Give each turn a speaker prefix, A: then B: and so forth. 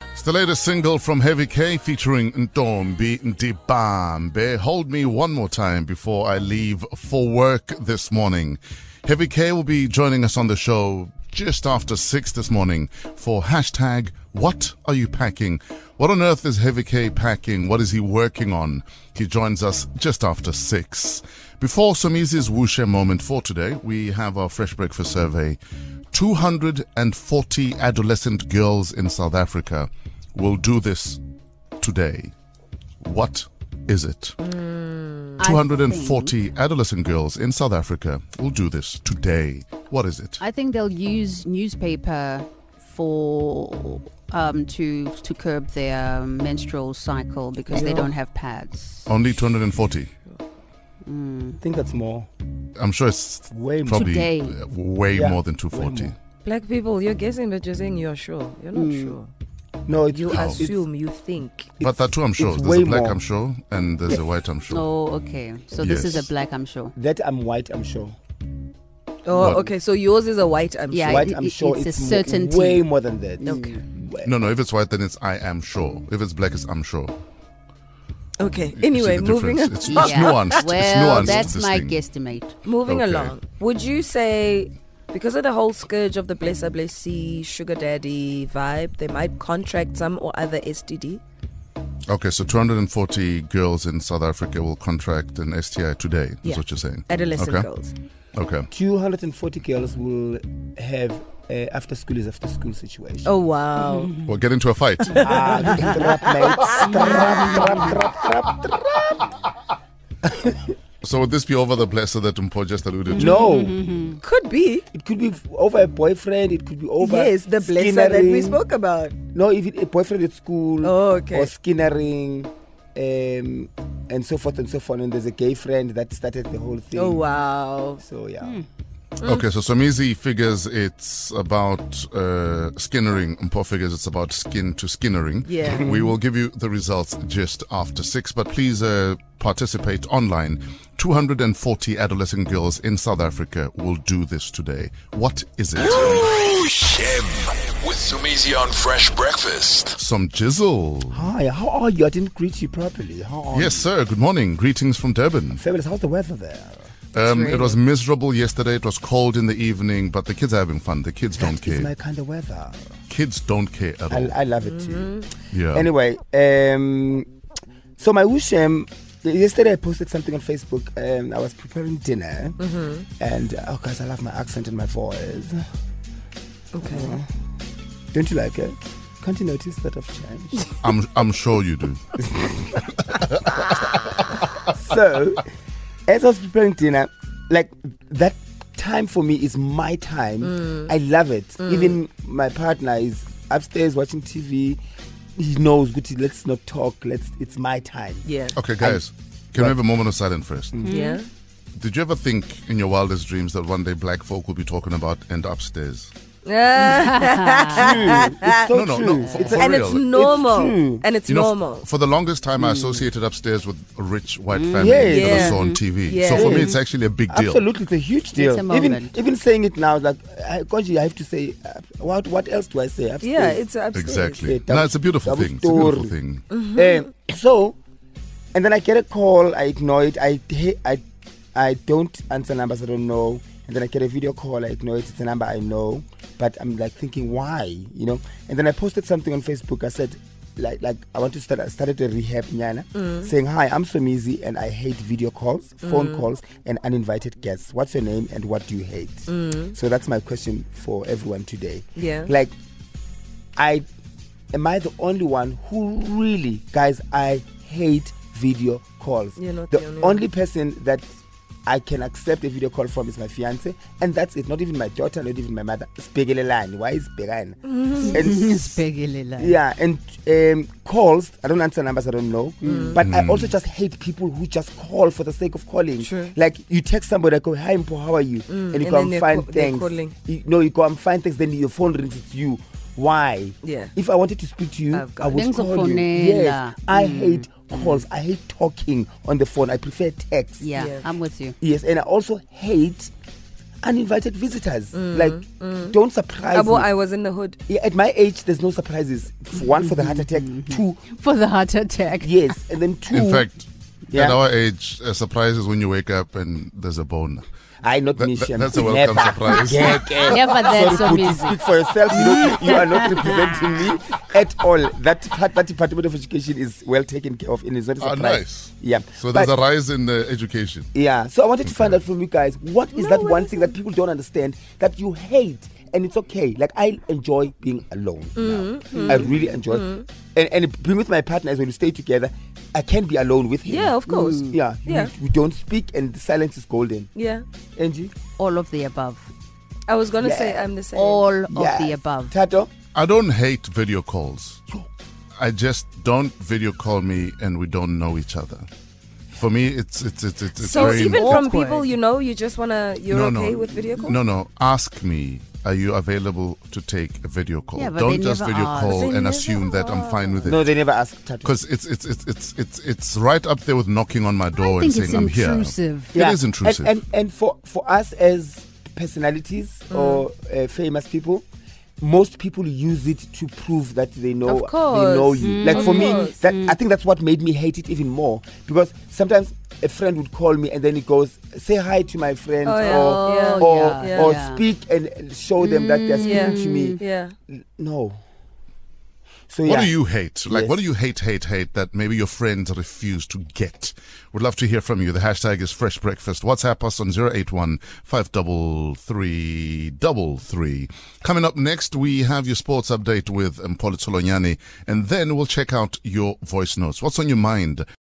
A: It's the latest single from Heavy K featuring Ntombi Ndibambe. Hold me one more time before I leave for work this morning. Heavy K will be joining us on the show just after six this morning for hashtag What Are You Packing? What on earth is Heavy K packing? What is he working on? He joins us just after six. Before Somizi's Wushe moment for today, we have our Fresh Breakfast survey. 240 adolescent girls in South Africa will do this today. What is it? 240 adolescent girls in South Africa will do this today. What is it?
B: I think they'll use newspaper for um, to to curb their menstrual cycle because they
C: Yeah.
B: don't have pads.
A: Only 240.
C: I think that's more.
A: I'm sure it's
C: Way more.
A: probably
B: Today.
A: uh, way
C: Yeah,
A: more than
C: way
A: 240.
C: more.
D: Black people, you're guessing, but you're saying you're sure. You're not
A: Hmm.
D: sure.
C: No, it's,
D: You
C: it's,
D: assume, you think.
A: But there are two, I'm sure.
C: it's
A: There's
C: way
A: a black,
C: more.
A: I'm sure, and there's a white, I'm sure.
B: Oh, okay. So this is
A: Yes.
B: a black, I'm sure.
C: that I'm white, I'm sure.
D: Oh,
A: What?
D: okay. So yours is a white, I'm
B: Yeah,
D: sure.
C: White,
B: it-
C: I'm
B: it-
C: sure.
B: it's a
C: mo-
B: certainty.
C: way more than that.
D: Okay.
C: Way-
A: No, no, if it's white, then it's I am sure. If it's black, it's I'm sure.
D: Okay.
A: You see
D: Anyway,
A: the
D: moving
A: difference?
D: on.
A: It's, it's nuanced.
B: Well,
A: it's nuanced.
B: that's
A: this
B: my
A: thing.
B: guesstimate.
D: Moving
A: Okay.
D: along, would you say because of the whole scourge of the blesser blessee sugar daddy vibe, they might contract some or other STD?
A: Okay, so 240 girls in South Africa will contract an STI today, is
D: Yeah.
A: what you're saying.
D: Adolescent
A: Okay.
D: girls.
A: Okay.
C: 240 girls will have uh, after school is after school situation.
D: Oh wow.
A: Well, get into a fight.
C: Ah, you can trap, mate. Trap, trap, trap, trap, trap.
A: so would this be over the blesser that Mpo just alluded to?
C: No,
D: Could be.
C: it could be f- over a boyfriend. It could be over
D: yes, the blesser that we
C: skinnering.
D: spoke about.
C: No, if it, a boyfriend at school
D: Oh, okay.
C: or skinnering, um, and so forth and so forth. And there's a gay friend that started the whole thing.
D: Oh wow. Hmm.
C: So yeah.
A: Okay, so Somizi figures it's about uh, skinnering. Mpo figures it's about skin to skinnering.
D: Yeah.
A: We will give you the results just after six, but please uh, participate online. 240 adolescent girls in South Africa will do this today. What is it?
E: Shem with Sumizi on Fresh Breakfast.
A: Some jizzle.
C: Hi, how are you? I didn't greet you properly. How are
A: Yes, sir. Good morning. Greetings from Durban.
C: you? Fabulous. How's the weather there?
A: Um, it
D: raining.
A: was miserable yesterday. It was cold in the evening, but the kids are having fun. The kids don't
C: It's
A: care.
C: my kind of weather.
A: kids don't care at
C: I,
A: all.
C: I love it too.
A: yeah.
C: Anyway, um, so my wish, um, yesterday I posted something on Facebook. Um, I was preparing dinner, and oh, guys, I love my accent and my voice.
D: Okay.
C: Don't you like it? Can't you notice that I've changed?
A: I'm I'm sure you do.
C: so, as I was preparing dinner, like that time for me is my time.
D: Mm.
C: I love it. Even my partner is upstairs watching TV. He knows, Guti, let's not talk. Let's. It's my time.
D: Yeah.
A: Okay, guys. Can we have a moment of silence first?
D: Yeah.
A: Did you ever think in your wildest dreams that one day black folk will be talking about and upstairs?
C: It's so
A: No, no,
C: true.
A: no, for-
C: It's
A: for
C: a-
D: and it's
A: real.
D: normal.
C: true.
D: and it's
A: You know, f-
D: normal. Mm.
A: for the longest time, I associated upstairs with rich white families
C: Yes.
A: that I
D: Yeah.
A: saw on TV.
D: Yeah.
A: So for me, it's actually a big deal.
C: Absolutely, it's a huge deal.
B: a
C: even
B: moment.
C: even saying it now, like, I, Koji, I have to say, uh, what what else do I say? Upstairs.
D: yeah, it's absolutely
A: Exactly.
C: It's a
A: No, it's a beautiful
C: double
A: thing. It's a beautiful
C: story.
A: thing.
C: Um, so, and then I get a call. I ignore it. I he- I I don't answer numbers I don't know. And then I get a video call. I ignore it. It's a number I know, but I'm like thinking why, you know. And then I posted something on Facebook. I said. Like, like I want to start. I started a rehab, Nyana, saying hi. I'm Somizi, and I hate video calls, phone calls, and uninvited guests. What's your name, and what do you hate? So that's my question for everyone today.
D: Yeah.
C: like I am I the only one who really, guys, I hate video calls.
D: You're not the only one.
C: person that I can accept a video call from is my fiance, and that's it. Not even my daughter, not even my mother. Spiegelelani. Why is Began?
B: Spegelila.
C: yeah, and um, calls. I don't answer numbers I don't know.
D: Mm.
C: But I also just hate people who just call for the sake of calling.
D: True. Mm.
C: Like you text somebody, I go, "Hi, Mpo, how are you?" and you
D: and
C: go,
D: then
C: "I'm
D: they're
C: fine,
D: ca- they're
C: thanks."
D: calling.
C: You- no, you go, "I'm fine, thanks." Then your phone rings. It's you. Why?
D: Yeah.
C: If I wanted to speak to you,
D: I've got
C: I would
B: Things are
C: call you.
B: phonela.
C: Yes. I
D: Mm.
C: hate calls. I hate talking on the phone. I prefer text.
B: Yeah,
D: Yeah.
B: I'm with you.
C: Yes, and I also hate uninvited visitors.
D: Mm.
C: Like, don't surprise
D: Abo,
C: me.
D: I was in the hood.
C: Yeah, at my age, there's no surprises. F- One for the heart attack. Two,
B: for the heart attack.
C: yes, and then two.
A: In fact,
C: Yeah.
A: at our age, a surprise is when you wake up and there's a bone.
C: I not
A: That-
C: me.
A: that-
C: I'm
A: that's a welcome
C: never.
A: surprise.
C: Yeah, okay.
B: Never that so
C: Sorry, Kuti,
B: busy.
C: speak for yourself. You, know, you are not representing me at all. That part, that Department of Education is well taken care of, and it's not a
A: Ah,
C: surprise.
A: nice.
C: Yeah.
A: So
C: But-
A: there's a rise in uh, education.
C: Yeah. So I wanted to find out from you guys what is
D: No,
C: that
D: what
C: one
D: is
C: thing that people don't understand that you hate and it's okay. Like I enjoy being alone.
D: Mm-hmm,
C: now. I really enjoy and and being with my partner as when we stay together, I can be alone with him.
D: Yeah, of course. Mm.
C: Yeah.
D: Yeah.
C: We, we don't speak and the silence is golden.
D: Yeah.
C: Angie?
B: All of the above.
D: I was gonna
C: Yeah.
D: say I'm the same.
B: All
C: Yes.
B: of the above.
C: Tato?
A: I don't hate video calls. I just don't video call me and we don't know each other. For me, it's it's it's it's, it's
D: so
A: very
D: even from
B: awkward.
D: people you know, you just wanna you're
A: no,
D: okay
A: no,
D: with video call.
A: No, no. Ask me. Are you available to take a video call?
B: Yeah, but
A: Don't
B: they
A: just
B: never
A: video
B: ask.
A: call
D: They
A: and
D: never
A: assume that I'm fine with it.
C: No, they never ask Tato.
A: because it's it's it's it's it's it's right up there with knocking on my door
B: I think
A: and
B: it's
A: saying I'm here.
B: intrusive.
A: It is intrusive.
C: And, and and for for us as personalities
D: Mm.
C: or uh, famous people, most people use it to prove that they know
D: Of course. Mm.
C: they know you. like
D: of
C: for me,
D: course. Mm.
C: that I think that's what made me hate it even more because sometimes a friend would call me and then it goes say hi to my friends
D: Oh, yeah.
C: or
D: Yeah.
C: or,
D: Yeah. Mm.
C: or
B: Yeah.
C: speak and show them that they're speaking
D: yeah.
C: to me.
D: Yeah.
C: No. So
A: What
C: yeah.
A: do you hate? Like, what do
C: Yes.
A: you hate, hate, hate that maybe your friends refuse to get? Would love to hear from you. The hashtag is Fresh Breakfast. WhatsApp us on 081 533 Coming up next, we have your sports update with Mpolo Tolonyani, and then we'll check out your voice notes. What's on your mind?